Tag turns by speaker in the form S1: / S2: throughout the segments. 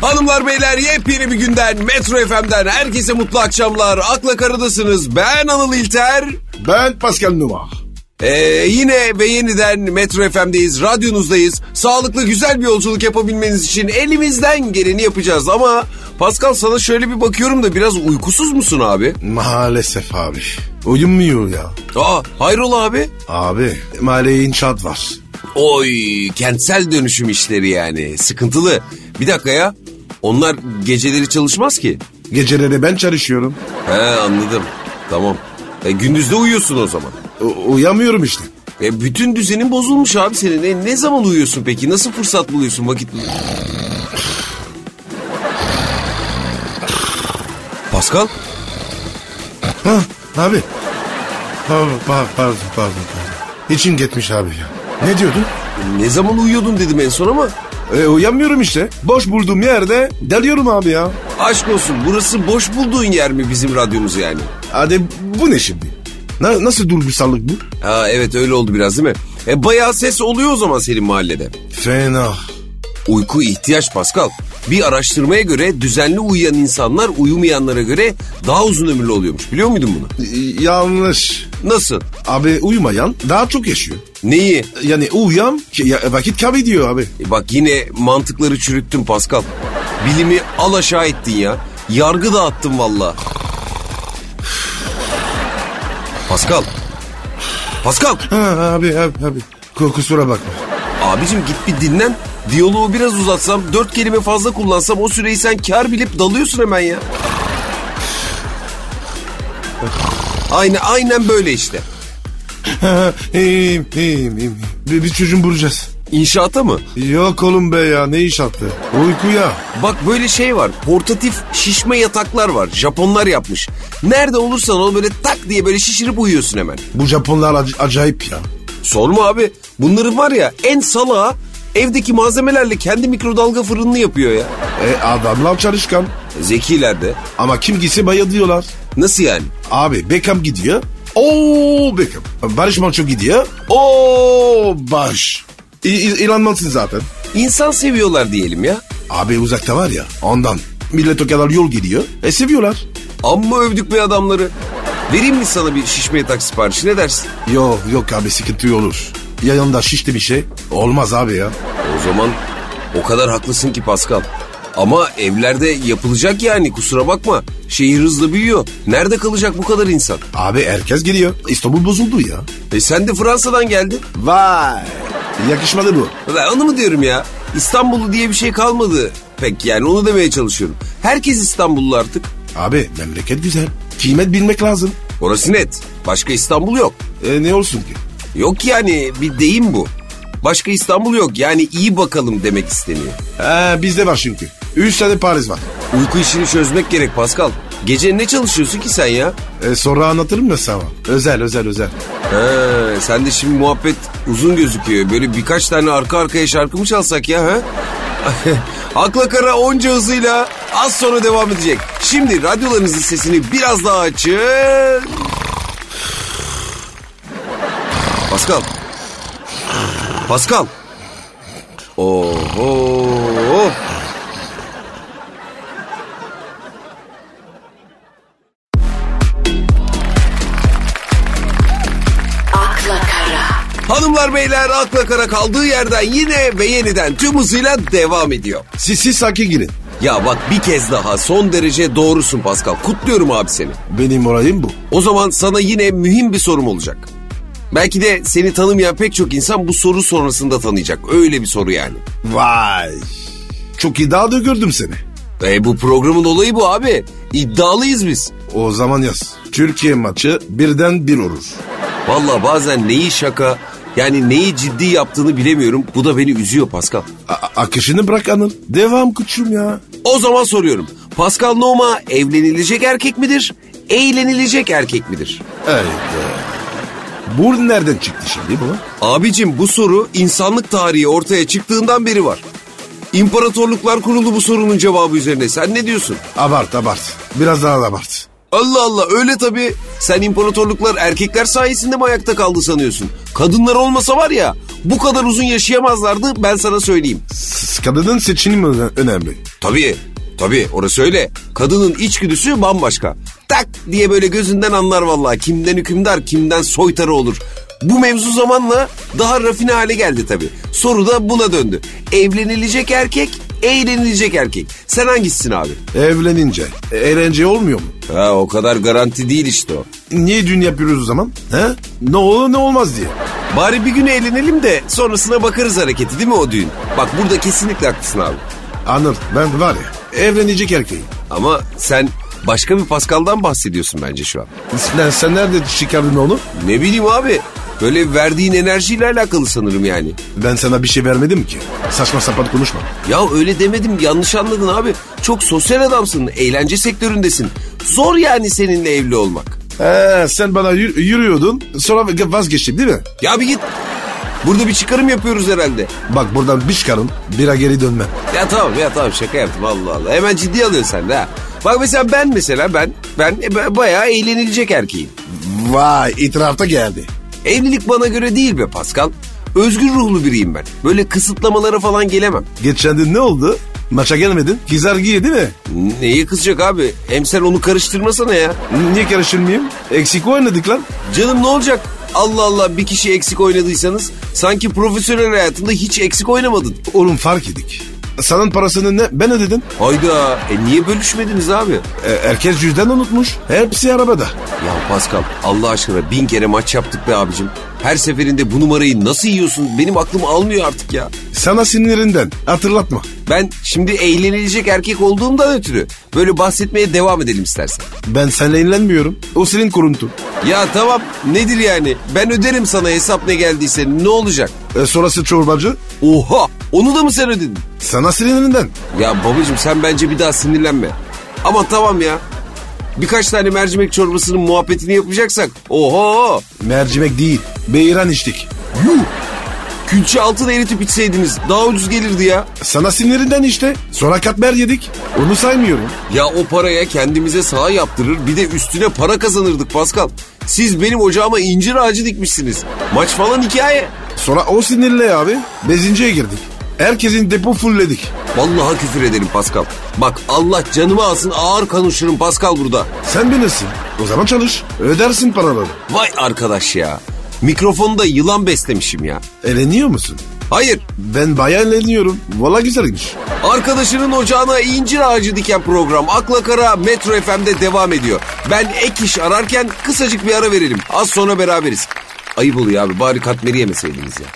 S1: Hanımlar beyler yepyeni bir günden Metro FM'den herkese mutlu akşamlar. Akla karadasınız. Ben Anıl İlter.
S2: Ben Pascal Numa.
S1: Ee, yine ve yeniden Metro FM'deyiz, radyonuzdayız. Sağlıklı güzel bir yolculuk yapabilmeniz için elimizden geleni yapacağız ama Pascal sana şöyle bir bakıyorum da biraz uykusuz musun abi?
S2: Maalesef abi. Uyumuyor ya.
S1: Aa hayrola abi?
S2: Abi mahalleye inşaat var.
S1: Oy kentsel dönüşüm işleri yani sıkıntılı. Bir dakika ya onlar geceleri çalışmaz ki.
S2: Geceleri ben çalışıyorum.
S1: He anladım tamam. E, gündüzde uyuyorsun o zaman.
S2: U- uyamıyorum işte.
S1: E, bütün düzenin bozulmuş abi senin. E, ne zaman uyuyorsun peki? Nasıl fırsat buluyorsun vakit bul- Pascal?
S2: Ha abi. Pardon pardon pardon. pardon. İçim gitmiş abi ya. Ne diyordun?
S1: Ne zaman uyuyordun dedim en son ama
S2: E, uyamıyorum işte. Boş bulduğum yerde dalıyorum abi ya.
S1: aşk olsun burası boş bulduğun yer mi bizim radyomuz yani?
S2: Hadi bu ne şimdi? Na- nasıl durgusallık bu?
S1: Ha evet öyle oldu biraz değil mi? E bayağı ses oluyor o zaman senin mahallede.
S2: Fena.
S1: Uyku ihtiyaç Pascal. Bir araştırmaya göre düzenli uyuyan insanlar uyumayanlara göre daha uzun ömürlü oluyormuş. Biliyor muydun bunu?
S2: Y- yanlış.
S1: Nasıl?
S2: Abi uyumayan daha çok yaşıyor.
S1: Neyi?
S2: Yani uyuyan ki- ya- vakit kaybediyor abi.
S1: E bak yine mantıkları çürüttün Pascal. Bilimi al aşağı ettin ya. Yargı dağıttın valla. Pascal. Pascal.
S2: Ha abi abi abi. Ku- Kusura bakma.
S1: Abicim git bir dinlen. Diyaloğu biraz uzatsam, dört kelime fazla kullansam o süreyi sen kar bilip dalıyorsun hemen ya. Aynen, aynen böyle işte.
S2: Ha, iyiyim iyiyim iyiyim. Bir, bir çocuğum bulacağız.
S1: İnşaata mı?
S2: Yok oğlum be ya ne iş attı? Uykuya.
S1: Bak böyle şey var. Portatif şişme yataklar var. Japonlar yapmış. Nerede olursan ol böyle tak diye böyle şişirip uyuyorsun hemen.
S2: Bu Japonlar ac- acayip ya.
S1: Sorma abi. Bunların var ya en salağı evdeki malzemelerle kendi mikrodalga fırınını yapıyor ya.
S2: E, adamlar çalışkan.
S1: Zekiler de.
S2: Ama kim gitse bayılıyorlar.
S1: Nasıl yani?
S2: Abi Beckham gidiyor. Oo Beckham. Barış Manço gidiyor. Oo Barış. İ- İ- İlanmansın zaten.
S1: İnsan seviyorlar diyelim ya.
S2: Abi uzakta var ya ondan. Millet o kadar yol gidiyor. E seviyorlar.
S1: Amma övdük be adamları. Vereyim mi sana bir şişme yatak siparişi ne dersin?
S2: Yok yok abi sıkıntı olur. Yanında şişti bir şey. Olmaz abi ya.
S1: O zaman o kadar haklısın ki Pascal. Ama evlerde yapılacak yani kusura bakma. Şehir hızlı büyüyor. Nerede kalacak bu kadar insan?
S2: Abi herkes geliyor. İstanbul bozuldu ya.
S1: E sen de Fransa'dan geldin.
S2: Vay. Yakışmadı bu.
S1: Ben onu mu diyorum ya? İstanbullu diye bir şey kalmadı pek yani onu demeye çalışıyorum. Herkes İstanbullu artık.
S2: Abi memleket güzel. Kıymet bilmek lazım.
S1: Orası net. Başka İstanbul yok.
S2: E, ne olsun ki?
S1: Yok yani bir deyim bu. Başka İstanbul yok yani iyi bakalım demek isteniyor.
S2: E, bizde var çünkü. Üç tane Paris var.
S1: Uyku işini çözmek gerek Pascal. Gece ne çalışıyorsun ki sen ya?
S2: E, sonra anlatırım mı sana? Özel özel özel.
S1: He, sen de şimdi muhabbet uzun gözüküyor. Böyle birkaç tane arka arkaya şarkı mı çalsak ya? He? Akla Kara onca hızıyla az sonra devam edecek. Şimdi radyolarınızın sesini biraz daha açın. Pascal. Pascal. Oho.
S3: Akla Kara.
S1: Hanımlar beyler Akla Kara kaldığı yerden yine ve yeniden tüm hızıyla devam ediyor.
S2: Siz, siz sakin girin.
S1: Ya bak bir kez daha son derece doğrusun Pascal. Kutluyorum abi seni.
S2: Benim olayım bu.
S1: O zaman sana yine mühim bir sorum olacak. Belki de seni tanımayan pek çok insan bu soru sonrasında tanıyacak. Öyle bir soru yani.
S2: Vay. Çok iddialı gördüm seni.
S1: E bu programın olayı bu abi. İddialıyız biz.
S2: O zaman yaz. Türkiye maçı birden bir olur.
S1: Valla bazen neyi şaka yani neyi ciddi yaptığını bilemiyorum. Bu da beni üzüyor Pascal.
S2: A- a- akışını bırak Anıl. Devam kuçum ya.
S1: O zaman soruyorum. Pascal Noma evlenilecek erkek midir? Eğlenilecek erkek midir?
S2: Evet. Bu nereden çıktı şimdi bu?
S1: Abicim bu soru insanlık tarihi ortaya çıktığından beri var. İmparatorluklar kurulu bu sorunun cevabı üzerine. Sen ne diyorsun?
S2: Abart abart. Biraz daha da abart.
S1: Allah Allah öyle tabii. Sen imparatorluklar erkekler sayesinde mi ayakta kaldı sanıyorsun? Kadınlar olmasa var ya bu kadar uzun yaşayamazlardı ben sana söyleyeyim.
S2: S- Kadının seçimi öne- önemli.
S1: Tabii tabii orası öyle. Kadının içgüdüsü bambaşka. Tak diye böyle gözünden anlar vallahi kimden hükümdar kimden soytarı olur. Bu mevzu zamanla daha rafine hale geldi tabii. Soru da buna döndü. Evlenilecek erkek, eğlenilecek erkek. Sen hangisisin abi?
S2: Evlenince. e, Eğlence olmuyor mu?
S1: Ha o kadar garanti değil işte o.
S2: Niye düğün yapıyoruz o zaman? He? Ne olur ne olmaz diye.
S1: Bari bir gün eğlenelim de sonrasına bakarız hareketi değil mi o düğün? Bak burada kesinlikle haklısın abi.
S2: Anır ben var ya evlenecek erkeğim.
S1: Ama sen başka bir Pascal'dan bahsediyorsun bence şu an.
S2: Sen, sen nerede çıkardın onu?
S1: Ne bileyim abi böyle verdiğin enerjiyle alakalı sanırım yani.
S2: Ben sana bir şey vermedim ki. Saçma sapan konuşma.
S1: Ya öyle demedim yanlış anladın abi. Çok sosyal adamsın eğlence sektöründesin. Zor yani seninle evli olmak.
S2: Ee, sen bana yür- yürüyordun sonra vazgeçtin değil mi?
S1: Ya bir git burada bir çıkarım yapıyoruz herhalde.
S2: Bak buradan bir çıkarım bira geri dönme.
S1: Ya tamam ya tamam şaka yaptım Allah Allah. Hemen ciddi alıyorsun sen de ha. Bak mesela ben mesela ben ben e, ben bayağı eğlenilecek erkeğim.
S2: Vay itirafta geldi.
S1: Evlilik bana göre değil be Pascal. Özgür ruhlu biriyim ben. Böyle kısıtlamalara falan gelemem.
S2: Geçen gün ne oldu? Maça gelmedin. Kizargiye değil mi?
S1: Neye kızacak abi? Hem sen onu karıştırmasana ya.
S2: Niye karışılmayayım? Eksik oynadık lan.
S1: Canım ne olacak? Allah Allah bir kişi eksik oynadıysanız sanki profesyonel hayatında hiç eksik oynamadın.
S2: Oğlum fark edik. Sanın parasını ne, ben ödedim.
S1: Hayda e niye bölüşmediniz abi?
S2: E, herkes cüzdan unutmuş. Hepsi arabada.
S1: Ya Pascal Allah aşkına bin kere maç yaptık be abicim. Her seferinde bu numarayı nasıl yiyorsun benim aklım almıyor artık ya.
S2: Sana sinirinden hatırlatma.
S1: Ben şimdi eğlenilecek erkek olduğumdan ötürü böyle bahsetmeye devam edelim istersen.
S2: Ben seninle eğlenmiyorum. O senin kuruntun.
S1: Ya tamam nedir yani ben öderim sana hesap ne geldiyse ne olacak?
S2: E, sonrası çorbacı.
S1: Oha onu da mı sen ödedin?
S2: Sana sinirinden.
S1: Ya babacığım sen bence bir daha sinirlenme. Ama tamam ya. Birkaç tane mercimek çorbasının muhabbetini yapacaksak. Oho.
S2: Mercimek değil. Beyran içtik.
S1: Yuh. Külçe altın eritip içseydiniz daha ucuz gelirdi ya.
S2: Sana sinirinden işte. Sonra katmer yedik. Onu saymıyorum.
S1: Ya o paraya kendimize saha yaptırır bir de üstüne para kazanırdık Pascal. Siz benim ocağıma incir ağacı dikmişsiniz. Maç falan hikaye.
S2: Sonra o sinirle abi bezinciye girdik. Herkesin depo fullledik.
S1: Vallahi küfür ederim Pascal. Bak Allah canımı alsın ağır konuşurum Pascal burada.
S2: Sen bilirsin. O zaman çalış. Ödersin paraları.
S1: Vay arkadaş ya. Mikrofonda yılan beslemişim ya.
S2: Eleniyor musun?
S1: Hayır
S2: Ben bayağı eğleniyorum. Valla güzelmiş.
S1: Arkadaşının ocağına incir ağacı diken program Akla Kara Metro FM'de devam ediyor. Ben ek iş ararken kısacık bir ara verelim. Az sonra beraberiz. Ayıp oluyor abi bari katmeri yemeseydiniz ya.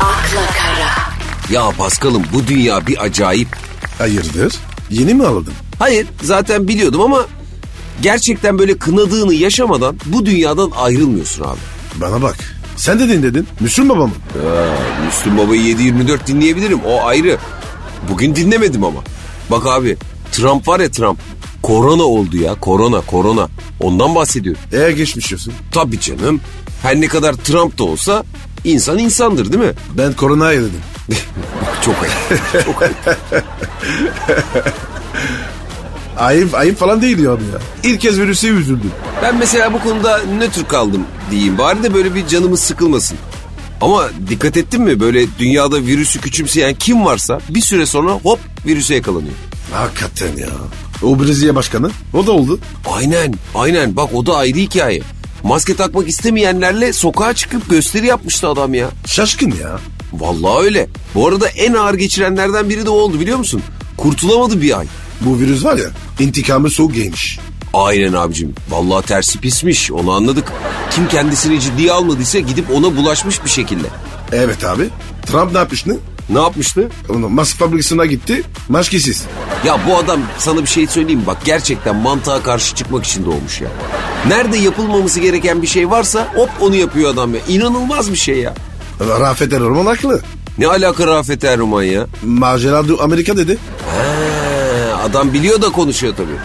S3: akla kara,
S1: Ya Paskal'ım bu dünya bir acayip.
S2: Hayırdır? Yeni mi aldın?
S1: Hayır zaten biliyordum ama gerçekten böyle kınadığını yaşamadan bu dünyadan ayrılmıyorsun abi.
S2: Bana bak. Sen dedin dedin. Müslüm baba mı?
S1: Müslüm Baba'yı 7-24 dinleyebilirim o ayrı. Bugün dinlemedim ama. Bak abi Trump var ya Trump. Korona oldu ya korona korona. Ondan bahsediyorum.
S2: Eğer E, geçmiş olsun.
S1: Tabii canım. Her ne kadar Trump da olsa insan insandır değil mi?
S2: Ben koronaya dedim.
S1: Çok ayıp.
S2: Ayıp, ayıp falan değil ya abi ya. İlk kez virüse üzüldüm.
S1: Ben mesela bu konuda nötr kaldım diyeyim. Bari de böyle bir canımız sıkılmasın. Ama dikkat ettin mi böyle dünyada virüsü küçümseyen kim varsa bir süre sonra hop virüse yakalanıyor.
S2: Hakikaten ya. O Brezilya başkanı. O da oldu.
S1: Aynen aynen bak o da ayrı hikaye. Maske takmak istemeyenlerle sokağa çıkıp gösteri yapmıştı adam ya.
S2: Şaşkın ya.
S1: Vallahi öyle. Bu arada en ağır geçirenlerden biri de o oldu biliyor musun? Kurtulamadı bir ay.
S2: Bu virüs var ya intikamı soğuk giymiş.
S1: Aynen abicim. Vallahi tersi pismiş onu anladık. Kim kendisini ciddiye almadıysa gidip ona bulaşmış bir şekilde.
S2: Evet abi. Trump ne yapmış ne?
S1: Ne yapmıştı?
S2: Onu mask fabrikasına gitti. Maskesiz.
S1: Ya bu adam sana bir şey söyleyeyim mi? bak gerçekten mantığa karşı çıkmak için doğmuş ya. Nerede yapılmaması gereken bir şey varsa hop onu yapıyor adam ya. İnanılmaz bir şey ya.
S2: Rafet Erman haklı.
S1: Ne alaka Rafet Erman ya?
S2: Macera du- Amerika dedi.
S1: He, adam biliyor da konuşuyor tabii.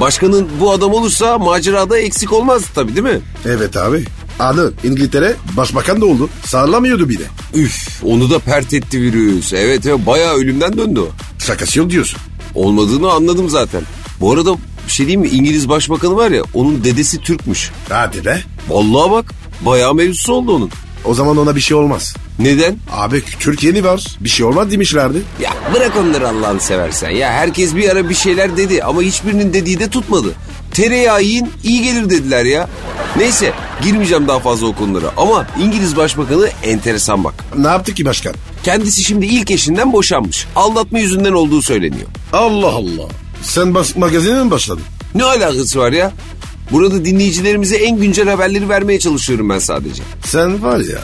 S1: Başkanın bu adam olursa macerada eksik olmaz tabii değil mi?
S2: Evet abi. Anı İngiltere başbakan da oldu. Sağlamıyordu bir de.
S1: Üf onu da pert etti virüs. Evet evet bayağı ölümden döndü o.
S2: Şakası yok diyorsun.
S1: Olmadığını anladım zaten. Bu arada bir şey diyeyim mi? İngiliz başbakanı var ya onun dedesi Türkmüş.
S2: Hadi be.
S1: Vallahi bak bayağı mevzusu oldu onun.
S2: O zaman ona bir şey olmaz.
S1: Neden?
S2: Abi Türkiye'ni var. Bir şey olmaz demişlerdi.
S1: Ya bırak onları Allah'ını seversen. Ya herkes bir ara bir şeyler dedi ama hiçbirinin dediği de tutmadı. Tereyağı yiyin iyi gelir dediler ya. Neyse girmeyeceğim daha fazla o konulara ama İngiliz Başbakanı enteresan bak.
S2: Ne yaptı ki başkan?
S1: Kendisi şimdi ilk eşinden boşanmış. Aldatma yüzünden olduğu söyleniyor.
S2: Allah Allah. Sen bas magazine mi başladın?
S1: Ne alakası var ya? Burada dinleyicilerimize en güncel haberleri vermeye çalışıyorum ben sadece.
S2: Sen var ya.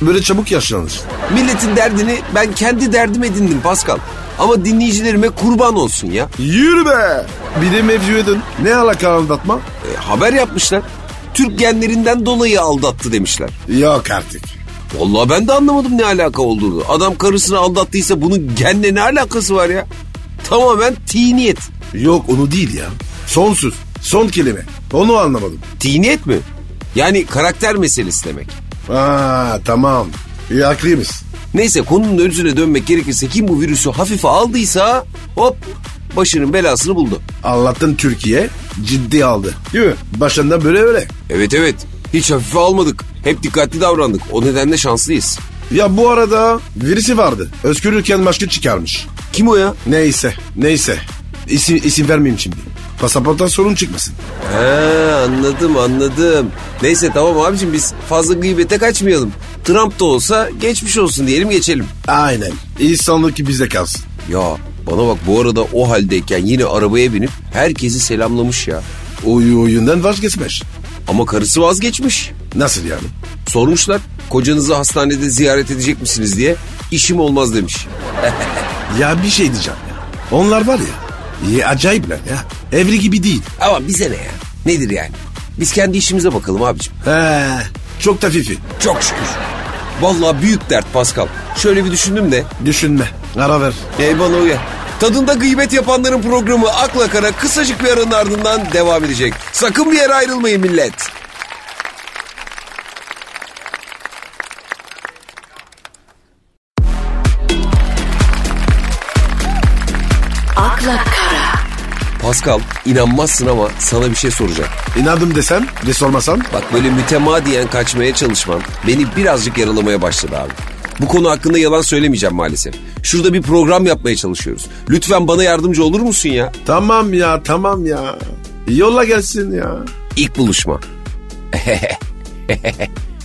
S2: Böyle çabuk yaşlanırsın.
S1: Milletin derdini ben kendi derdim edindim Pascal. Ama dinleyicilerime kurban olsun ya.
S2: Yürü be. Bir de mevzuydun. Ne alaka aldatma?
S1: E, haber yapmışlar. Türk genlerinden dolayı aldattı demişler.
S2: Yok artık.
S1: Vallahi ben de anlamadım ne alaka olduğunu. Adam karısını aldattıysa bunun genle ne alakası var ya? Tamamen tiniyet.
S2: Yok onu değil ya. Sonsuz. Son kelime. Onu anlamadım.
S1: Tiniyet mi? Yani karakter meselesi demek.
S2: Aa tamam. İyi haklıyız.
S1: Neyse konunun özüne dönmek gerekirse kim bu virüsü hafife aldıysa hop başının belasını buldu.
S2: Allah'tan Türkiye ciddi aldı. Değil mi? Başından böyle öyle.
S1: Evet evet hiç hafife almadık. Hep dikkatli davrandık. O nedenle şanslıyız.
S2: Ya bu arada virüsü vardı. Özgürlükken başka çıkarmış.
S1: Kim o ya?
S2: Neyse, neyse. İsim, isim vermeyeyim şimdi. Pasaporttan sorun çıkmasın.
S1: He anladım anladım. Neyse tamam abicim biz fazla gıybete kaçmayalım. Trump da olsa geçmiş olsun diyelim geçelim.
S2: Aynen. İnsanlık ki bize kalsın.
S1: Ya bana bak bu arada o haldeyken yine arabaya binip herkesi selamlamış ya.
S2: Oyu oyundan vazgeçmiş.
S1: Ama karısı vazgeçmiş.
S2: Nasıl yani?
S1: Sormuşlar kocanızı hastanede ziyaret edecek misiniz diye. İşim olmaz demiş.
S2: Ya bir şey diyeceğim ya. Onlar var ya. Ya acayipler ya. Evli gibi değil.
S1: Ama bize ne ya? Nedir yani? Biz kendi işimize bakalım abicim.
S2: He, çok da fifi.
S1: Çok şükür. Vallahi büyük dert Pascal. Şöyle bir düşündüm de.
S2: Düşünme. Ara ver.
S1: Eyvallah uya. Tadında gıybet yapanların programı Akla Kara kısacık bir aranın ardından devam edecek. Sakın bir yere ayrılmayın millet.
S3: Akla Kara.
S1: Pascal inanmazsın ama sana bir şey soracağım.
S2: İnadım desem ve sormasan.
S1: Bak böyle mütemadiyen kaçmaya çalışman beni birazcık yaralamaya başladı abi. Bu konu hakkında yalan söylemeyeceğim maalesef. Şurada bir program yapmaya çalışıyoruz. Lütfen bana yardımcı olur musun ya?
S2: Tamam ya tamam ya. Yolla gelsin ya.
S1: İlk buluşma.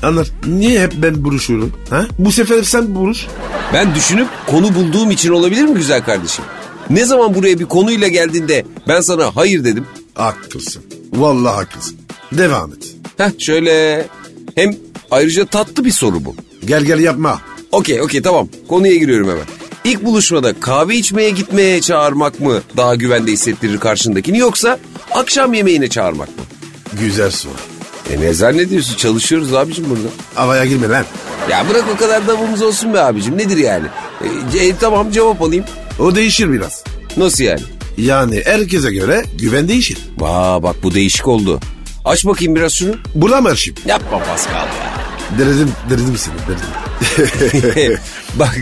S2: Anlar niye hep ben buruşuyorum? Ha? Bu sefer sen buruş.
S1: Ben düşünüp konu bulduğum için olabilir mi güzel kardeşim? Ne zaman buraya bir konuyla geldiğinde ben sana hayır dedim.
S2: Haklısın. Vallahi haklısın. Devam et.
S1: Heh şöyle hem ayrıca tatlı bir soru bu.
S2: Gel gel yapma.
S1: Okey okey tamam konuya giriyorum hemen. İlk buluşmada kahve içmeye gitmeye çağırmak mı daha güvende hissettirir karşındakini yoksa akşam yemeğine çağırmak mı?
S2: Güzel soru.
S1: E ne zannediyorsun çalışıyoruz abicim burada.
S2: Havaya girme lan.
S1: Ya bırak o kadar davulumuz olsun be abicim nedir yani? E, e, tamam cevap alayım.
S2: O değişir biraz.
S1: Nasıl yani?
S2: Yani herkese göre güven değişir.
S1: Vaa bak bu değişik oldu. Aç bakayım biraz şunu.
S2: Bulamar şimdi.
S1: Yapma Pascal ya.
S2: Denedim, denedim seni. Denedim.
S1: bak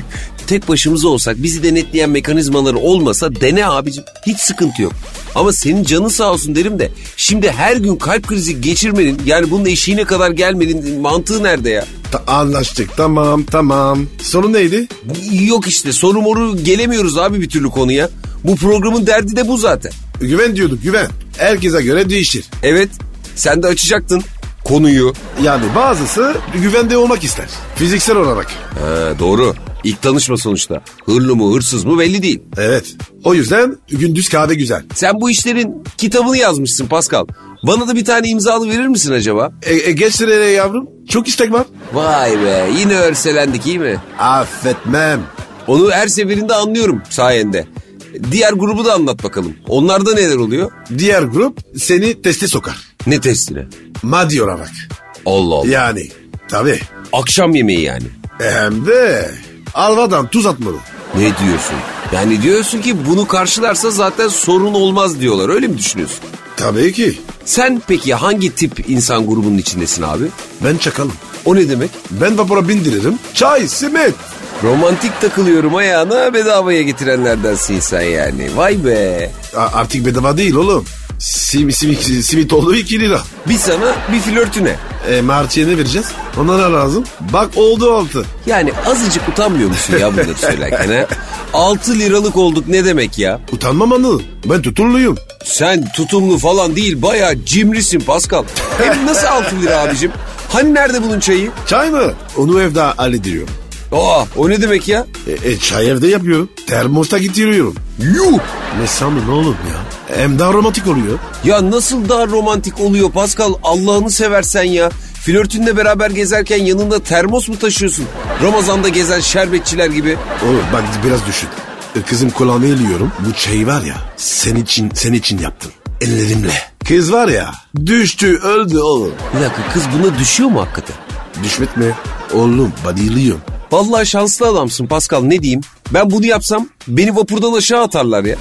S1: tek başımıza olsak bizi denetleyen mekanizmaları olmasa dene abicim. Hiç sıkıntı yok. Ama senin canın sağ olsun derim de şimdi her gün kalp krizi geçirmenin yani bunun eşiğine kadar gelmenin mantığı nerede ya?
S2: Ta- anlaştık tamam tamam. Sorun neydi?
S1: Yok işte soru moru gelemiyoruz abi bir türlü konuya. Bu programın derdi de bu zaten.
S2: Güven diyorduk güven. Herkese göre değişir.
S1: Evet sen de açacaktın konuyu.
S2: Yani bazısı güvende olmak ister. Fiziksel olarak.
S1: Ha, doğru. İlk tanışma sonuçta. Hırlı mı hırsız mı belli değil.
S2: Evet. O yüzden gündüz kahve güzel.
S1: Sen bu işlerin kitabını yazmışsın Pascal. Bana da bir tane imzalı verir misin acaba?
S2: E, e, geç sıraya yavrum. Çok istek var.
S1: Vay be yine örselendik iyi mi?
S2: Affetmem.
S1: Onu her seferinde anlıyorum sayende. Diğer grubu da anlat bakalım. Onlarda neler oluyor?
S2: Diğer grup seni teste sokar.
S1: Ne testine?
S2: Maddi olarak.
S1: Allah Allah.
S2: Yani tabii.
S1: Akşam yemeği yani.
S2: Hem de alvadan tuz atmalı.
S1: Ne diyorsun? Yani diyorsun ki bunu karşılarsa zaten sorun olmaz diyorlar. Öyle mi düşünüyorsun?
S2: Tabii ki.
S1: Sen peki hangi tip insan grubunun içindesin abi?
S2: Ben çakalım.
S1: O ne demek?
S2: Ben vapura bindiririm. Çay, simit.
S1: Romantik takılıyorum ayağına bedavaya getirenlerdensin sen yani. Vay be.
S2: A- artık bedava değil oğlum. Sim, sim, simit oldu 2 lira.
S1: Bir sana bir flörtüne.
S2: E, Marti'ye ne vereceğiz? Onlara lazım. Bak oldu altı.
S1: Yani azıcık utanmıyor musun ya bunları söylerken ha? 6 liralık olduk ne demek ya?
S2: Utanmam anladın. Ben tutumluyum.
S1: Sen tutumlu falan değil bayağı cimrisin Pascal. Hem nasıl 6 lira abicim? Hani nerede bunun çayı?
S2: Çay mı? Onu evde hallediyorum.
S1: Aa o ne demek ya?
S2: E, e, çay evde yapıyorum. Termosta getiriyorum.
S1: Yuh!
S2: Ne sandın oğlum ya? Hem daha romantik oluyor.
S1: Ya nasıl daha romantik oluyor Pascal Allah'ını seversen ya. Flörtünle beraber gezerken yanında termos mu taşıyorsun? Ramazan'da gezen şerbetçiler gibi.
S2: Oğlum bak biraz düşün. E, Kızım kulağını eliyorum. Bu çayı var ya sen için sen için yaptım. Ellerimle. Kız var ya düştü öldü oğlum.
S1: Bir dakika kız buna düşüyor mu hakikaten?
S2: Düşmek mi? Oğlum bayılıyorum.
S1: Vallahi şanslı adamsın Pascal ne diyeyim? Ben bunu yapsam beni vapurdan aşağı atarlar ya.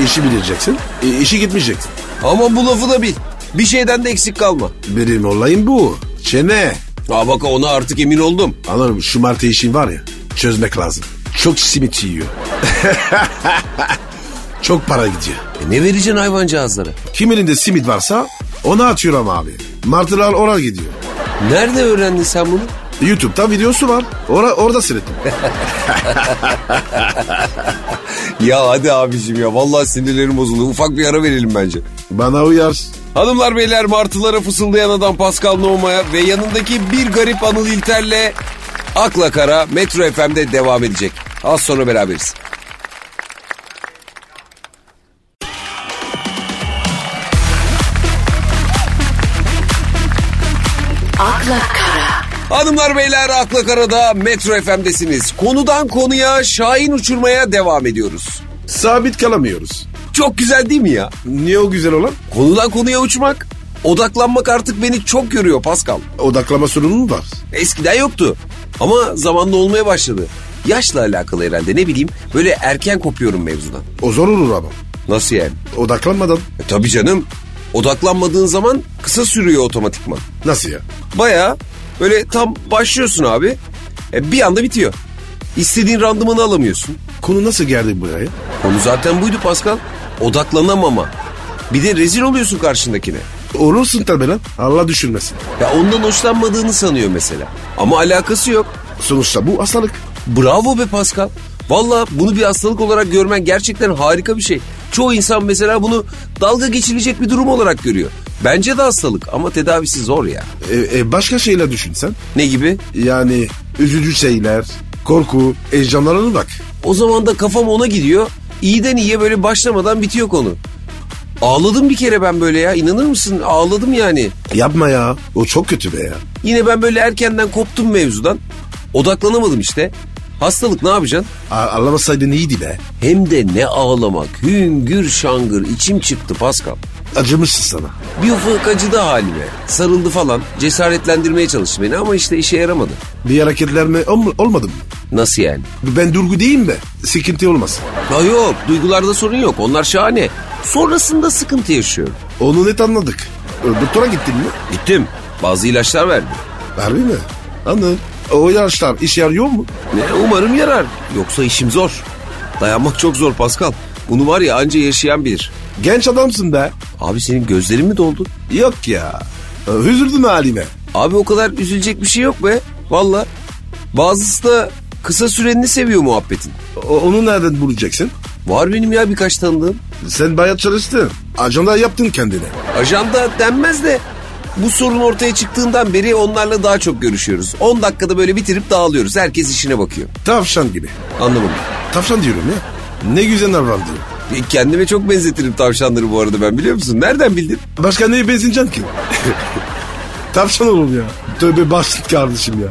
S2: E, işi bileceksin. E, işi gitmeyeceksin.
S1: Aman bu lafı da bil. Bir şeyden de eksik kalma.
S2: Benim olayım bu. Çene.
S1: Aa bak ona artık emin oldum.
S2: Anladım şu Marti işin var ya çözmek lazım. Çok simit yiyor. Çok para gidiyor.
S1: E ne vereceksin hayvancağızlara?
S2: Kim elinde simit varsa ona atıyorum abi. Martılar oraya gidiyor.
S1: Nerede öğrendin sen bunu?
S2: YouTube'da videosu var. Ora, orada seyrettim.
S1: Ya hadi abicim ya vallahi sinirlerim bozuldu. Ufak bir ara verelim bence.
S2: Bana uyar.
S1: Hanımlar beyler martılara fısıldayan adam Pascal Nohma'ya ve yanındaki bir garip Anıl İlter'le Akla Kara Metro FM'de devam edecek. Az sonra beraberiz.
S3: akla kara,
S1: Hanımlar beyler Akla Kara'da Metro FM'desiniz. Konudan konuya şahin uçurmaya devam ediyoruz.
S2: Sabit kalamıyoruz.
S1: Çok güzel değil mi ya?
S2: Niye o güzel olan?
S1: Konudan konuya uçmak, odaklanmak artık beni çok görüyor Pascal.
S2: Odaklama sorunu var.
S1: Eskiden yoktu. Ama zamanla olmaya başladı. Yaşla alakalı herhalde ne bileyim böyle erken kopuyorum mevzudan.
S2: O zor olur ama.
S1: Nasıl yani?
S2: Odaklanmadan.
S1: E tabii canım. Odaklanmadığın zaman kısa sürüyor otomatikman.
S2: Nasıl ya?
S1: Baya böyle tam başlıyorsun abi. E bir anda bitiyor. İstediğin randımanı alamıyorsun.
S2: Konu nasıl geldi buraya?
S1: Konu zaten buydu Pascal. Odaklanamama. Bir de rezil oluyorsun karşındakine.
S2: Olursun tabii lan. Allah düşünmesin.
S1: Ya ondan hoşlanmadığını sanıyor mesela. Ama alakası yok.
S2: Sonuçta bu hastalık.
S1: Bravo be Pascal. Valla bunu bir hastalık olarak görmen gerçekten harika bir şey. Çoğu insan mesela bunu dalga geçilecek bir durum olarak görüyor. Bence de hastalık ama tedavisi zor ya.
S2: E, e, başka şeyler düşünsen.
S1: Ne gibi?
S2: Yani üzücü şeyler, korku, heyecanlarına bak.
S1: O zaman da kafam ona gidiyor. İyiden iyiye böyle başlamadan bitiyor konu. Ağladım bir kere ben böyle ya inanır mısın ağladım yani.
S2: Yapma ya. O çok kötü be ya.
S1: Yine ben böyle erkenden koptum mevzudan. Odaklanamadım işte. Hastalık ne yapacaksın?
S2: A- Anlamasaydın iyiydi be.
S1: Hem de ne ağlamak hüngür şangır içim çıktı Pascal.
S2: Acımışsın sana.
S1: Bir ufak acıdı halime. Sarıldı falan. Cesaretlendirmeye çalıştı beni ama işte işe yaramadı.
S2: Bir hareketlerme olm- olmadı mı?
S1: Nasıl yani?
S2: Ben durgu değilim de. Sıkıntı olmasın.
S1: Ha yok duygularda sorun yok onlar şahane. Sonrasında sıkıntı yaşıyorum.
S2: Onu net anladık. E, Doktora gittin mi?
S1: Gittim. Bazı ilaçlar verdi.
S2: Harbi mi? Anladım. O ilaçlar işe yarıyor mu?
S1: Ne, umarım yarar. Yoksa işim zor. Dayanmak çok zor Pascal. Bunu var ya anca yaşayan bilir.
S2: Genç adamsın be.
S1: Abi senin gözlerin mi doldu?
S2: Yok ya. E, Üzüldün halime.
S1: Abi o kadar üzülecek bir şey yok be. Valla. Bazısı da kısa sürenini seviyor muhabbetin.
S2: O- onu nereden bulacaksın?
S1: Var benim ya birkaç tanıdığım.
S2: Sen bayağı çalıştın. Ajanda yaptın kendine.
S1: Ajanda denmez de bu sorun ortaya çıktığından beri onlarla daha çok görüşüyoruz. 10 dakikada böyle bitirip dağılıyoruz. Herkes işine bakıyor.
S2: Tavşan gibi.
S1: Anlamadım.
S2: Tavşan diyorum ya. Ne güzel davrandı.
S1: E, Kendime çok benzetirim tavşanları bu arada ben biliyor musun? Nereden bildin?
S2: Başka neye benzineceksin ki? Tavşan oğlum ya. Tövbe basit kardeşim ya.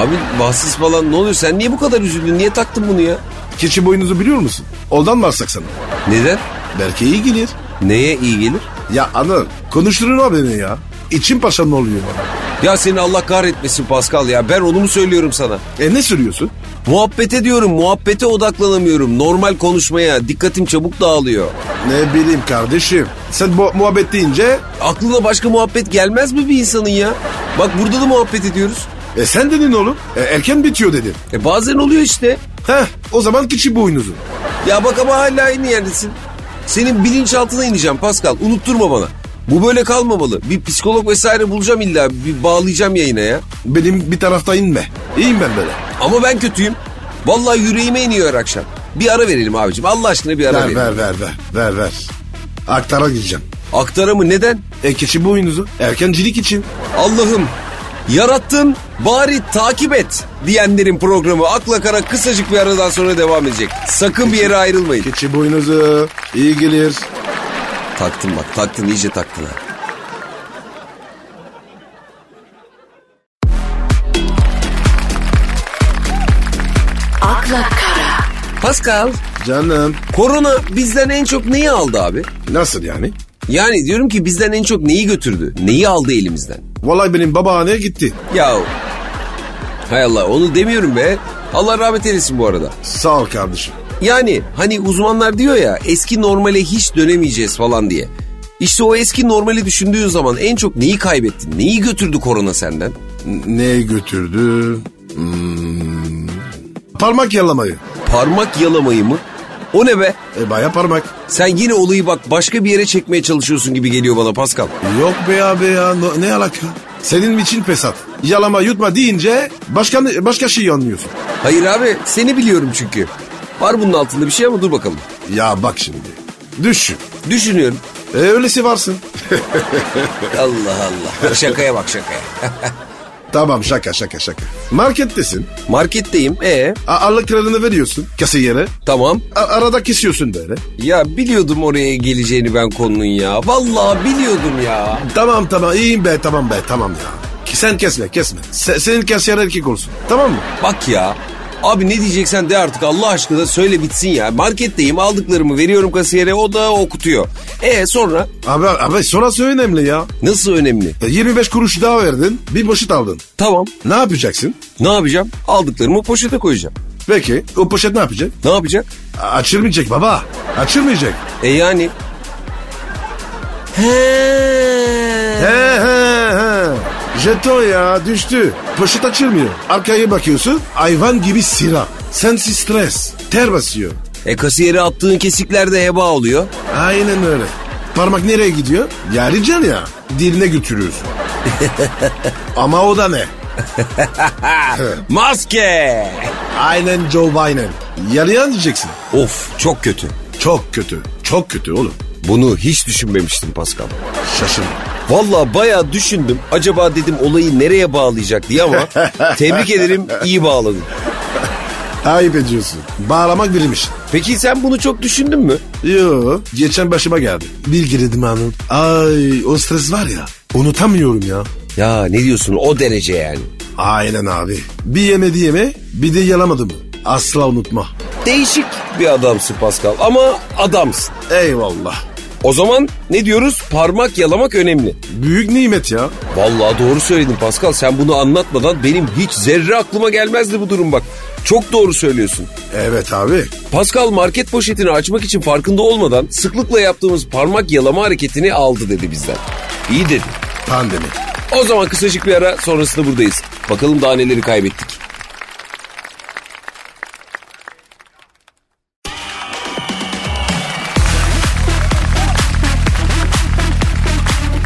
S1: Abi bahtsız falan ne oluyor? Sen niye bu kadar üzüldün? Niye taktın bunu ya?
S2: Keçi boynuzu biliyor musun? Oldan mı alsak sana?
S1: Neden?
S2: Belki iyi gelir.
S1: Neye iyi gelir?
S2: Ya ana konuşturma beni ya. İçim paşam oluyor bana.
S1: Ya seni Allah kahretmesin Pascal ya. Ben onu mu söylüyorum sana?
S2: E ne sürüyorsun?
S1: Muhabbete diyorum, muhabbete odaklanamıyorum. Normal konuşmaya dikkatim çabuk dağılıyor.
S2: Ne bileyim kardeşim. Sen bu muhabbet deyince
S1: Aklına başka muhabbet gelmez mi bir insanın ya? Bak burada da muhabbet ediyoruz.
S2: e sen dedin oğlum. E, erken bitiyor dedin.
S1: E bazen oluyor işte.
S2: Heh o zaman keçi boynuzu.
S1: Ya bak ama hala aynı yerdesin. Senin bilinçaltına ineceğim Pascal. Unutturma bana. Bu böyle kalmamalı. Bir psikolog vesaire bulacağım illa. Bir bağlayacağım yayına ya.
S2: Benim bir tarafta inme. İyiyim ben böyle.
S1: Ama ben kötüyüm. Vallahi yüreğime iniyor her akşam. Bir ara verelim abicim. Allah aşkına bir ara
S2: Ver
S1: verelim.
S2: ver ver ver ver ver. Aktara gideceğim.
S1: Aktara mı neden?
S2: E keçi boynuzu. Erkencilik için.
S1: Allah'ım yarattın bari takip et diyenlerin programı Akla Kara kısacık bir aradan sonra devam edecek. Sakın bir yere ayrılmayın.
S2: Keçi boynuzu. iyi gelir.
S1: Taktın bak taktın iyice taktın ha.
S3: Akla Kara.
S1: Pascal
S2: Canım.
S1: korona bizden en çok neyi aldı abi?
S2: Nasıl yani?
S1: Yani diyorum ki bizden en çok neyi götürdü? Neyi aldı elimizden?
S2: Vallahi benim babaanne gitti.
S1: Ya hay Allah onu demiyorum be. Allah rahmet eylesin bu arada.
S2: Sağ ol kardeşim.
S1: Yani hani uzmanlar diyor ya eski normale hiç dönemeyeceğiz falan diye. İşte o eski normali düşündüğün zaman en çok neyi kaybettin? Neyi götürdü korona senden?
S2: N- Neye götürdü? Hmm. Parmak yalamayı.
S1: Parmak yalamayı mı? O ne be?
S2: E baya parmak.
S1: Sen yine olayı bak başka bir yere çekmeye çalışıyorsun gibi geliyor bana Pascal.
S2: Yok be abi ya no- ne alaka? Senin için pesat. Yalama yutma deyince başka, başka şey anlıyorsun.
S1: Hayır abi seni biliyorum çünkü. Var bunun altında bir şey ama dur bakalım.
S2: Ya bak şimdi. Düşün.
S1: Düşünüyorum.
S2: E öylesi varsın.
S1: Allah Allah. Bak Şakaya bak şakaya.
S2: Tamam şaka şaka şaka. Markettesin.
S1: Marketteyim. E
S2: A- Allah kralını veriyorsun kasiyere.
S1: tamam.
S2: A- arada kesiyorsun böyle.
S1: Ya biliyordum oraya geleceğini ben konunun ya. Vallahi biliyordum ya.
S2: Tamam tamam iyiyim be tamam be tamam ya. Ki Sen kesme kesme. Se- senin kasiyer erkek olsun. Tamam mı?
S1: Bak ya. Abi ne diyeceksen de artık Allah aşkına söyle bitsin ya. Marketteyim aldıklarımı veriyorum kasiyere o da okutuyor. E sonra
S2: Abi, abi sonrası önemli ya.
S1: nasıl önemli?
S2: E, 25 kuruş daha verdin. Bir poşet aldın.
S1: Tamam
S2: Ne yapacaksın?
S1: ne yapacağım? Aldıklarımı poşete koyacağım.
S2: Peki o poşet ne yapacak?
S1: Ne yapacak?
S2: A- açılmayacak baba. Açılmayacak.
S1: E yani. He.
S2: He he he. Jeton ya düştü. Poşet açılmıyor. Arkaya bakıyorsun hayvan gibi sıra. Sensiz stres. Ter basıyor.
S1: E kasiyere attığın kesikler de heba oluyor.
S2: Aynen öyle. Parmak nereye gidiyor? Yarayacaksın ya. Diline götürüyorsun. Ama o da ne?
S1: Ah, Maske.
S2: Aynen Joe Biden. Yarayan diyeceksin.
S1: Of çok kötü.
S2: Çok kötü. Çok kötü oğlum.
S1: Bunu hiç düşünmemiştim Pascal.
S2: Şaşırma.
S1: Valla bayağı düşündüm. Acaba dedim olayı nereye bağlayacak diye ama tebrik ederim iyi bağladın.
S2: Ayıp ediyorsun. Bağlamak bilmiş.
S1: Peki sen bunu çok düşündün mü?
S2: Yo. Geçen başıma geldi. Bir girdim hanım. Ay o stres var ya. Unutamıyorum ya.
S1: Ya ne diyorsun o derece yani.
S2: Aynen abi. Bir yemedi yeme bir de yalamadı mı? Asla unutma.
S1: Değişik bir adamsın Pascal ama adamsın.
S2: Eyvallah.
S1: O zaman ne diyoruz? Parmak yalamak önemli.
S2: Büyük nimet ya.
S1: Vallahi doğru söyledin Pascal. Sen bunu anlatmadan benim hiç zerre aklıma gelmezdi bu durum bak. Çok doğru söylüyorsun.
S2: Evet abi.
S1: Pascal market poşetini açmak için farkında olmadan sıklıkla yaptığımız parmak yalama hareketini aldı dedi bizden. İyi dedi.
S2: Pandemi.
S1: O zaman kısacık bir ara sonrasında buradayız. Bakalım daha neleri kaybettik.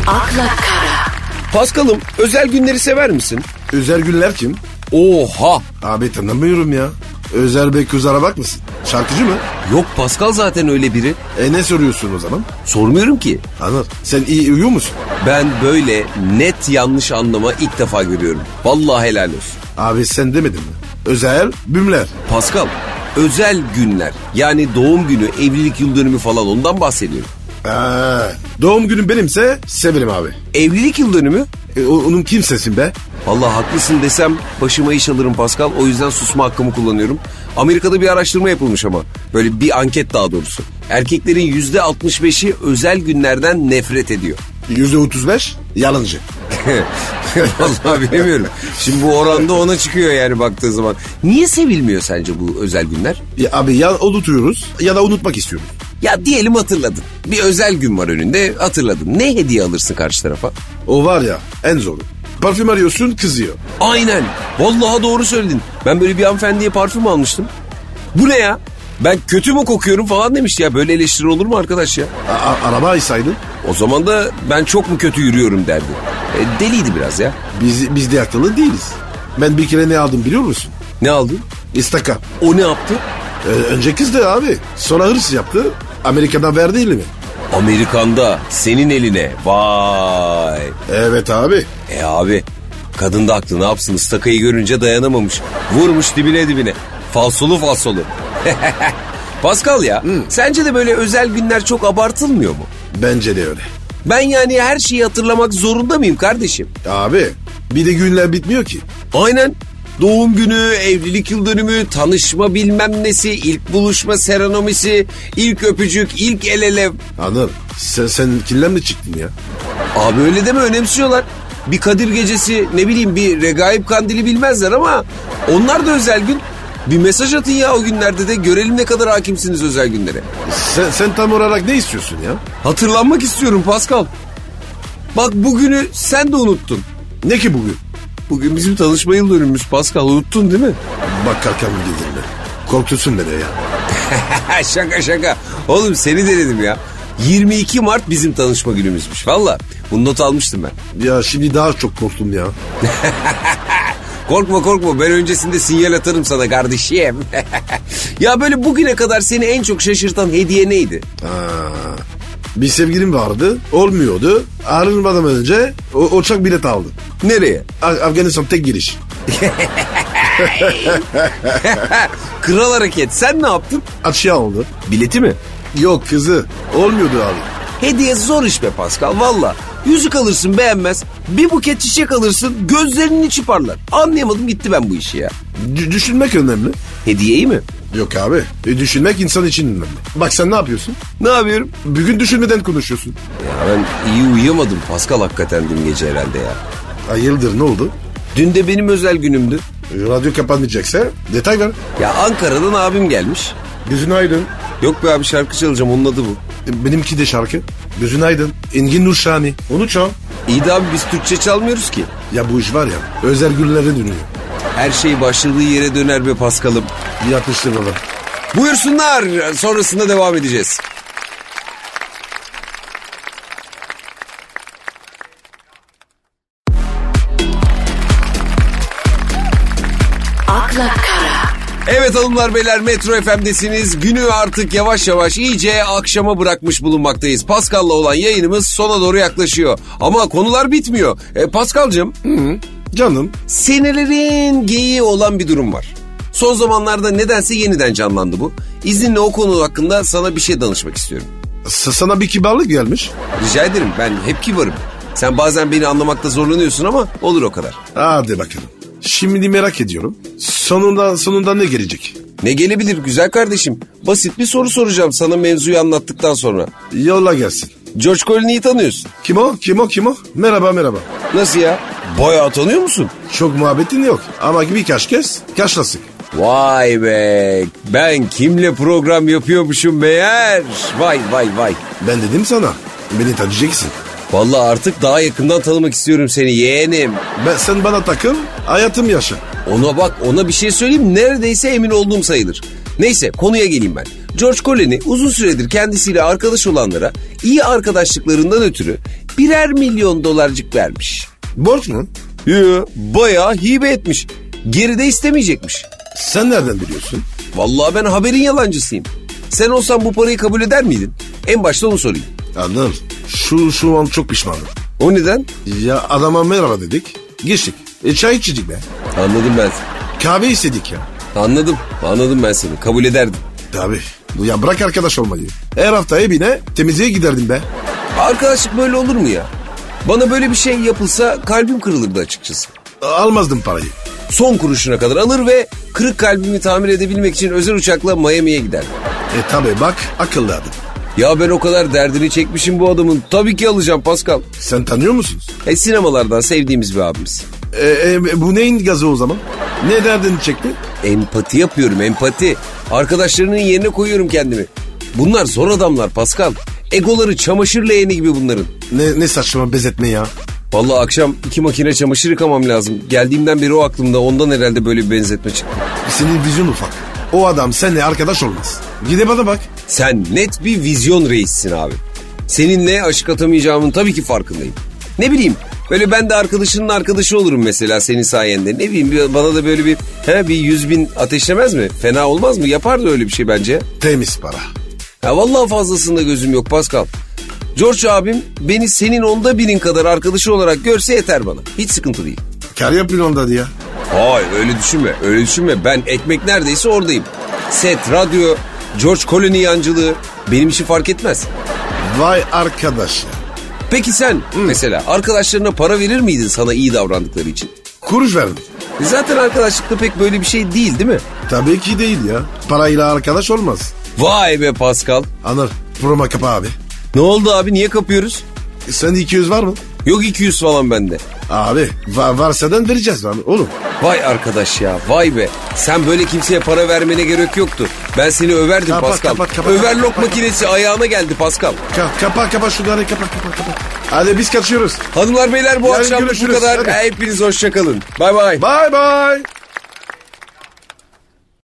S3: Akla Kara.
S1: Pascal'ım özel günleri sever misin?
S2: Özel günler kim?
S1: Oha!
S2: Abi tanımıyorum ya. Özel Bey kızlara bak mısın? Şarkıcı mı?
S1: Yok Pascal zaten öyle biri.
S2: E ne soruyorsun o zaman?
S1: Sormuyorum ki.
S2: Anır. Sen iyi uyuyor musun?
S1: Ben böyle net yanlış anlama ilk defa görüyorum. Vallahi helal olsun.
S2: Abi sen demedin mi? Özel bümler.
S1: Pascal, özel günler yani doğum günü, evlilik yıl dönümü falan ondan bahsediyorum.
S2: Ha, doğum günüm benimse severim abi.
S1: Evlilik yıl dönümü?
S2: E, o- onun kimsesin be?
S1: Allah haklısın desem başıma iş alırım Pascal. O yüzden susma hakkımı kullanıyorum. Amerika'da bir araştırma yapılmış ama. Böyle bir anket daha doğrusu. Erkeklerin yüzde 65'i özel günlerden nefret ediyor.
S2: Yüzde otuz beş yalancı.
S1: Vallahi bilemiyorum. Şimdi bu oranda ona çıkıyor yani baktığı zaman. Niye sevilmiyor sence bu özel günler?
S2: Ya abi ya unutuyoruz ya da unutmak istiyoruz.
S1: Ya diyelim hatırladın. Bir özel gün var önünde hatırladın. Ne hediye alırsın karşı tarafa?
S2: O var ya en zoru. Parfüm arıyorsun kızıyor.
S1: Aynen. Vallahi doğru söyledin. Ben böyle bir hanımefendiye parfüm almıştım. Bu ne ya? Ben kötü mü kokuyorum falan demiş ya. Böyle eleştiri olur mu arkadaş ya?
S2: A- a- araba aysaydın
S1: O zaman da ben çok mu kötü yürüyorum derdi. E, deliydi biraz ya.
S2: biz, biz de akıllı değiliz. Ben bir kere ne aldım biliyor musun?
S1: Ne aldın?
S2: İstaka.
S1: O ne yaptı?
S2: Ee, önce kızdı abi. Sonra hırs yaptı. Amerika'dan verdi elimi.
S1: Amerikan'da senin eline. Vay.
S2: Evet abi.
S1: E abi kadın da haklı ne yapsın ıstakayı görünce dayanamamış. Vurmuş dibine dibine. Falsolu falsolu. Pascal ya sence de böyle özel günler çok abartılmıyor mu?
S2: Bence de öyle.
S1: Ben yani her şeyi hatırlamak zorunda mıyım kardeşim?
S2: Abi bir de günler bitmiyor ki.
S1: Aynen. Doğum günü, evlilik yıl dönümü, tanışma bilmem nesi, ilk buluşma serenomisi, ilk öpücük, ilk el ele.
S2: Anladım. Sen, sen kimlerle çıktın ya?
S1: Abi öyle deme önemsiyorlar. Bir Kadir gecesi ne bileyim bir regaib kandili bilmezler ama onlar da özel gün. Bir mesaj atın ya o günlerde de görelim ne kadar hakimsiniz özel günlere.
S2: Sen, sen tam olarak ne istiyorsun ya?
S1: Hatırlanmak istiyorum Pascal. Bak bugünü sen de unuttun.
S2: Ne ki bugün?
S1: Bugün bizim tanışma yıl dönümümüz Pascal unuttun değil mi?
S2: Bak kalkan gidin be. Korkutuyorsun beni ya.
S1: şaka şaka. Oğlum seni denedim ya. 22 Mart bizim tanışma günümüzmüş. Valla bunu not almıştım ben.
S2: Ya şimdi daha çok korktum ya.
S1: Korkma korkma ben öncesinde sinyal atarım sana kardeşim. ya böyle bugüne kadar seni en çok şaşırtan hediye neydi?
S2: Aa, bir sevgilim vardı. Olmuyordu. Ayrılmadan önce o, uçak bilet aldı.
S1: Nereye?
S2: Af- Afganistan tek giriş.
S1: Kral hareket sen ne yaptın?
S2: Açıya aldı.
S1: Bileti mi?
S2: Yok kızı. Olmuyordu abi.
S1: Hediye zor iş be Pascal valla. Yüzük alırsın beğenmez. Bir buket çiçek alırsın gözlerinin içi parlar. Anlayamadım gitti ben bu işi ya.
S2: Dü- düşünmek önemli.
S1: Hediyeyi mi?
S2: Yok abi. E, düşünmek insan için önemli. Bak sen ne yapıyorsun?
S1: Ne yapıyorum?
S2: Bugün düşünmeden konuşuyorsun.
S1: Ya ben iyi uyuyamadım Pascal hakikaten dün gece herhalde ya.
S2: Hayırdır ne oldu?
S1: Dün de benim özel günümdü.
S2: E, Radyo kapanmayacaksa detay ver.
S1: Ya Ankara'dan abim gelmiş.
S2: Gözün aydın.
S1: Yok be abi şarkı çalacağım onun adı bu.
S2: E, Benimki de şarkı. Gözün aydın. Engin Nurşani. Onu çal.
S1: İyi de abi biz Türkçe çalmıyoruz ki.
S2: Ya bu iş var ya özel günlere dönüyor.
S1: Her şey başladığı yere döner be Paskal'ım.
S2: Yakıştırmalı.
S1: Buyursunlar sonrasında devam edeceğiz.
S3: akla kara,
S1: Evet hanımlar beyler Metro FM'desiniz. Günü artık yavaş yavaş iyice akşama bırakmış bulunmaktayız. Pascal'la olan yayınımız sona doğru yaklaşıyor. Ama konular bitmiyor. E, Pascal'cığım
S2: Canım
S1: senelerin geyiği olan bir durum var. Son zamanlarda nedense yeniden canlandı bu. İzninle o konu hakkında sana bir şey danışmak istiyorum.
S2: sa- sana bir kibarlık gelmiş.
S1: Rica ederim ben hep kibarım. Sen bazen beni anlamakta zorlanıyorsun ama olur o kadar.
S2: Hadi bakalım. Şimdi merak ediyorum. Sonunda sonunda ne gelecek?
S1: Ne gelebilir güzel kardeşim? Basit bir soru soracağım sana mevzuyu anlattıktan sonra.
S2: Yolla gelsin.
S1: George Clooney'i tanıyorsun.
S2: Kim o? Kim o? Kim o? Merhaba merhaba.
S1: Nasıl ya? Bayağı tanıyor musun?
S2: Çok muhabbetin yok ama birkaç kez karşılaştık.
S1: Vay be ben kimle program yapıyormuşum meğer. Vay vay vay.
S2: Ben dedim sana beni tanıyacaksın.
S1: Vallahi artık daha yakından tanımak istiyorum seni yeğenim.
S2: Ben, sen bana takıl hayatım yaşa.
S1: Ona bak ona bir şey söyleyeyim neredeyse emin olduğum sayılır. Neyse konuya geleyim ben. George Clooney uzun süredir kendisiyle arkadaş olanlara iyi arkadaşlıklarından ötürü birer milyon dolarcık vermiş.
S2: Borç mu?
S1: Yo, bayağı hibe etmiş. Geride istemeyecekmiş.
S2: Sen nereden biliyorsun?
S1: Vallahi ben haberin yalancısıyım. Sen olsan bu parayı kabul eder miydin? En başta onu sorayım.
S2: Anladım. Şu şu an çok pişmanım.
S1: O neden?
S2: Ya adama merhaba dedik. Geçtik. E çay içtik be.
S1: Anladım ben.
S2: Kahve istedik ya.
S1: Anladım. Anladım ben seni. Kabul ederdim.
S2: Tabii. Ya bırak arkadaş olmayı. Her hafta evine temizliğe giderdim be.
S1: Arkadaşlık böyle olur mu ya? Bana böyle bir şey yapılsa kalbim kırılırdı açıkçası.
S2: Almazdım parayı.
S1: son kuruşuna kadar alır ve kırık kalbimi tamir edebilmek için özel uçakla Miami'ye gider.
S2: E tabi bak akıllı adam.
S1: Ya ben o kadar derdini çekmişim bu adamın. Tabii ki alacağım Pascal.
S2: Sen tanıyor musunuz?
S1: E sinemalardan sevdiğimiz bir abimiz.
S2: E, e, bu neyin gazı o zaman? Ne derdini çekti?
S1: Empati yapıyorum empati. Arkadaşlarının yerine koyuyorum kendimi. Bunlar zor adamlar Pascal. Egoları çamaşır leğeni gibi bunların.
S2: Ne, ne saçma bezetme ya.
S1: Vallahi akşam iki makine çamaşır yıkamam lazım. Geldiğimden beri o aklımda ondan herhalde böyle bir benzetme çıktı.
S2: Senin vizyon ufak. O adam seninle arkadaş olmaz. Gide bana bak.
S1: Sen net bir vizyon reissin abi. Seninle aşık atamayacağımın tabii ki farkındayım. Ne bileyim böyle ben de arkadaşının arkadaşı olurum mesela senin sayende. Ne bileyim bir- bana da böyle bir he, bir yüz bin ateşlemez mi? Fena olmaz mı? Yapar da öyle bir şey bence.
S2: Temiz para.
S1: Ya vallahi fazlasında gözüm yok Pascal. George abim beni senin onda birin kadar arkadaşı olarak görse yeter bana. Hiç sıkıntı değil.
S2: Kar yapıyor onda diye.
S1: Hayır öyle düşünme öyle düşünme ben ekmek neredeyse oradayım. Set, radyo, George Clooney yancılığı benim için fark etmez.
S2: Vay arkadaş ya.
S1: Peki sen mesela arkadaşlarına para verir miydin sana iyi davrandıkları için?
S2: Kuruş verin.
S1: E Zaten arkadaşlıkta pek böyle bir şey değil değil mi?
S2: Tabii ki değil ya. Parayla arkadaş olmaz.
S1: Vay be Pascal.
S2: Anır promo kapı abi.
S1: Ne oldu abi niye kapıyoruz?
S2: E, Sende 200 var mı?
S1: Yok 200 falan bende.
S2: Abi va- varsadan vereceğiz lan oğlum.
S1: Vay arkadaş ya vay be. Sen böyle kimseye para vermene gerek yoktu. Ben seni överdim
S2: Kapat,
S1: Pascal.
S2: kapat, kapat,
S1: Överlok
S2: kapat, kapat.
S1: makinesi ayağına geldi Pascal.
S2: Ka- kapa kapa şunları kapa kapa kapa. Hadi biz kaçıyoruz.
S1: Hanımlar beyler bu
S2: Yarın
S1: akşam bu
S2: görüşürüz,
S1: kadar.
S2: hadi.
S1: Hepiniz hoşçakalın. Bay bay.
S2: Bye bye.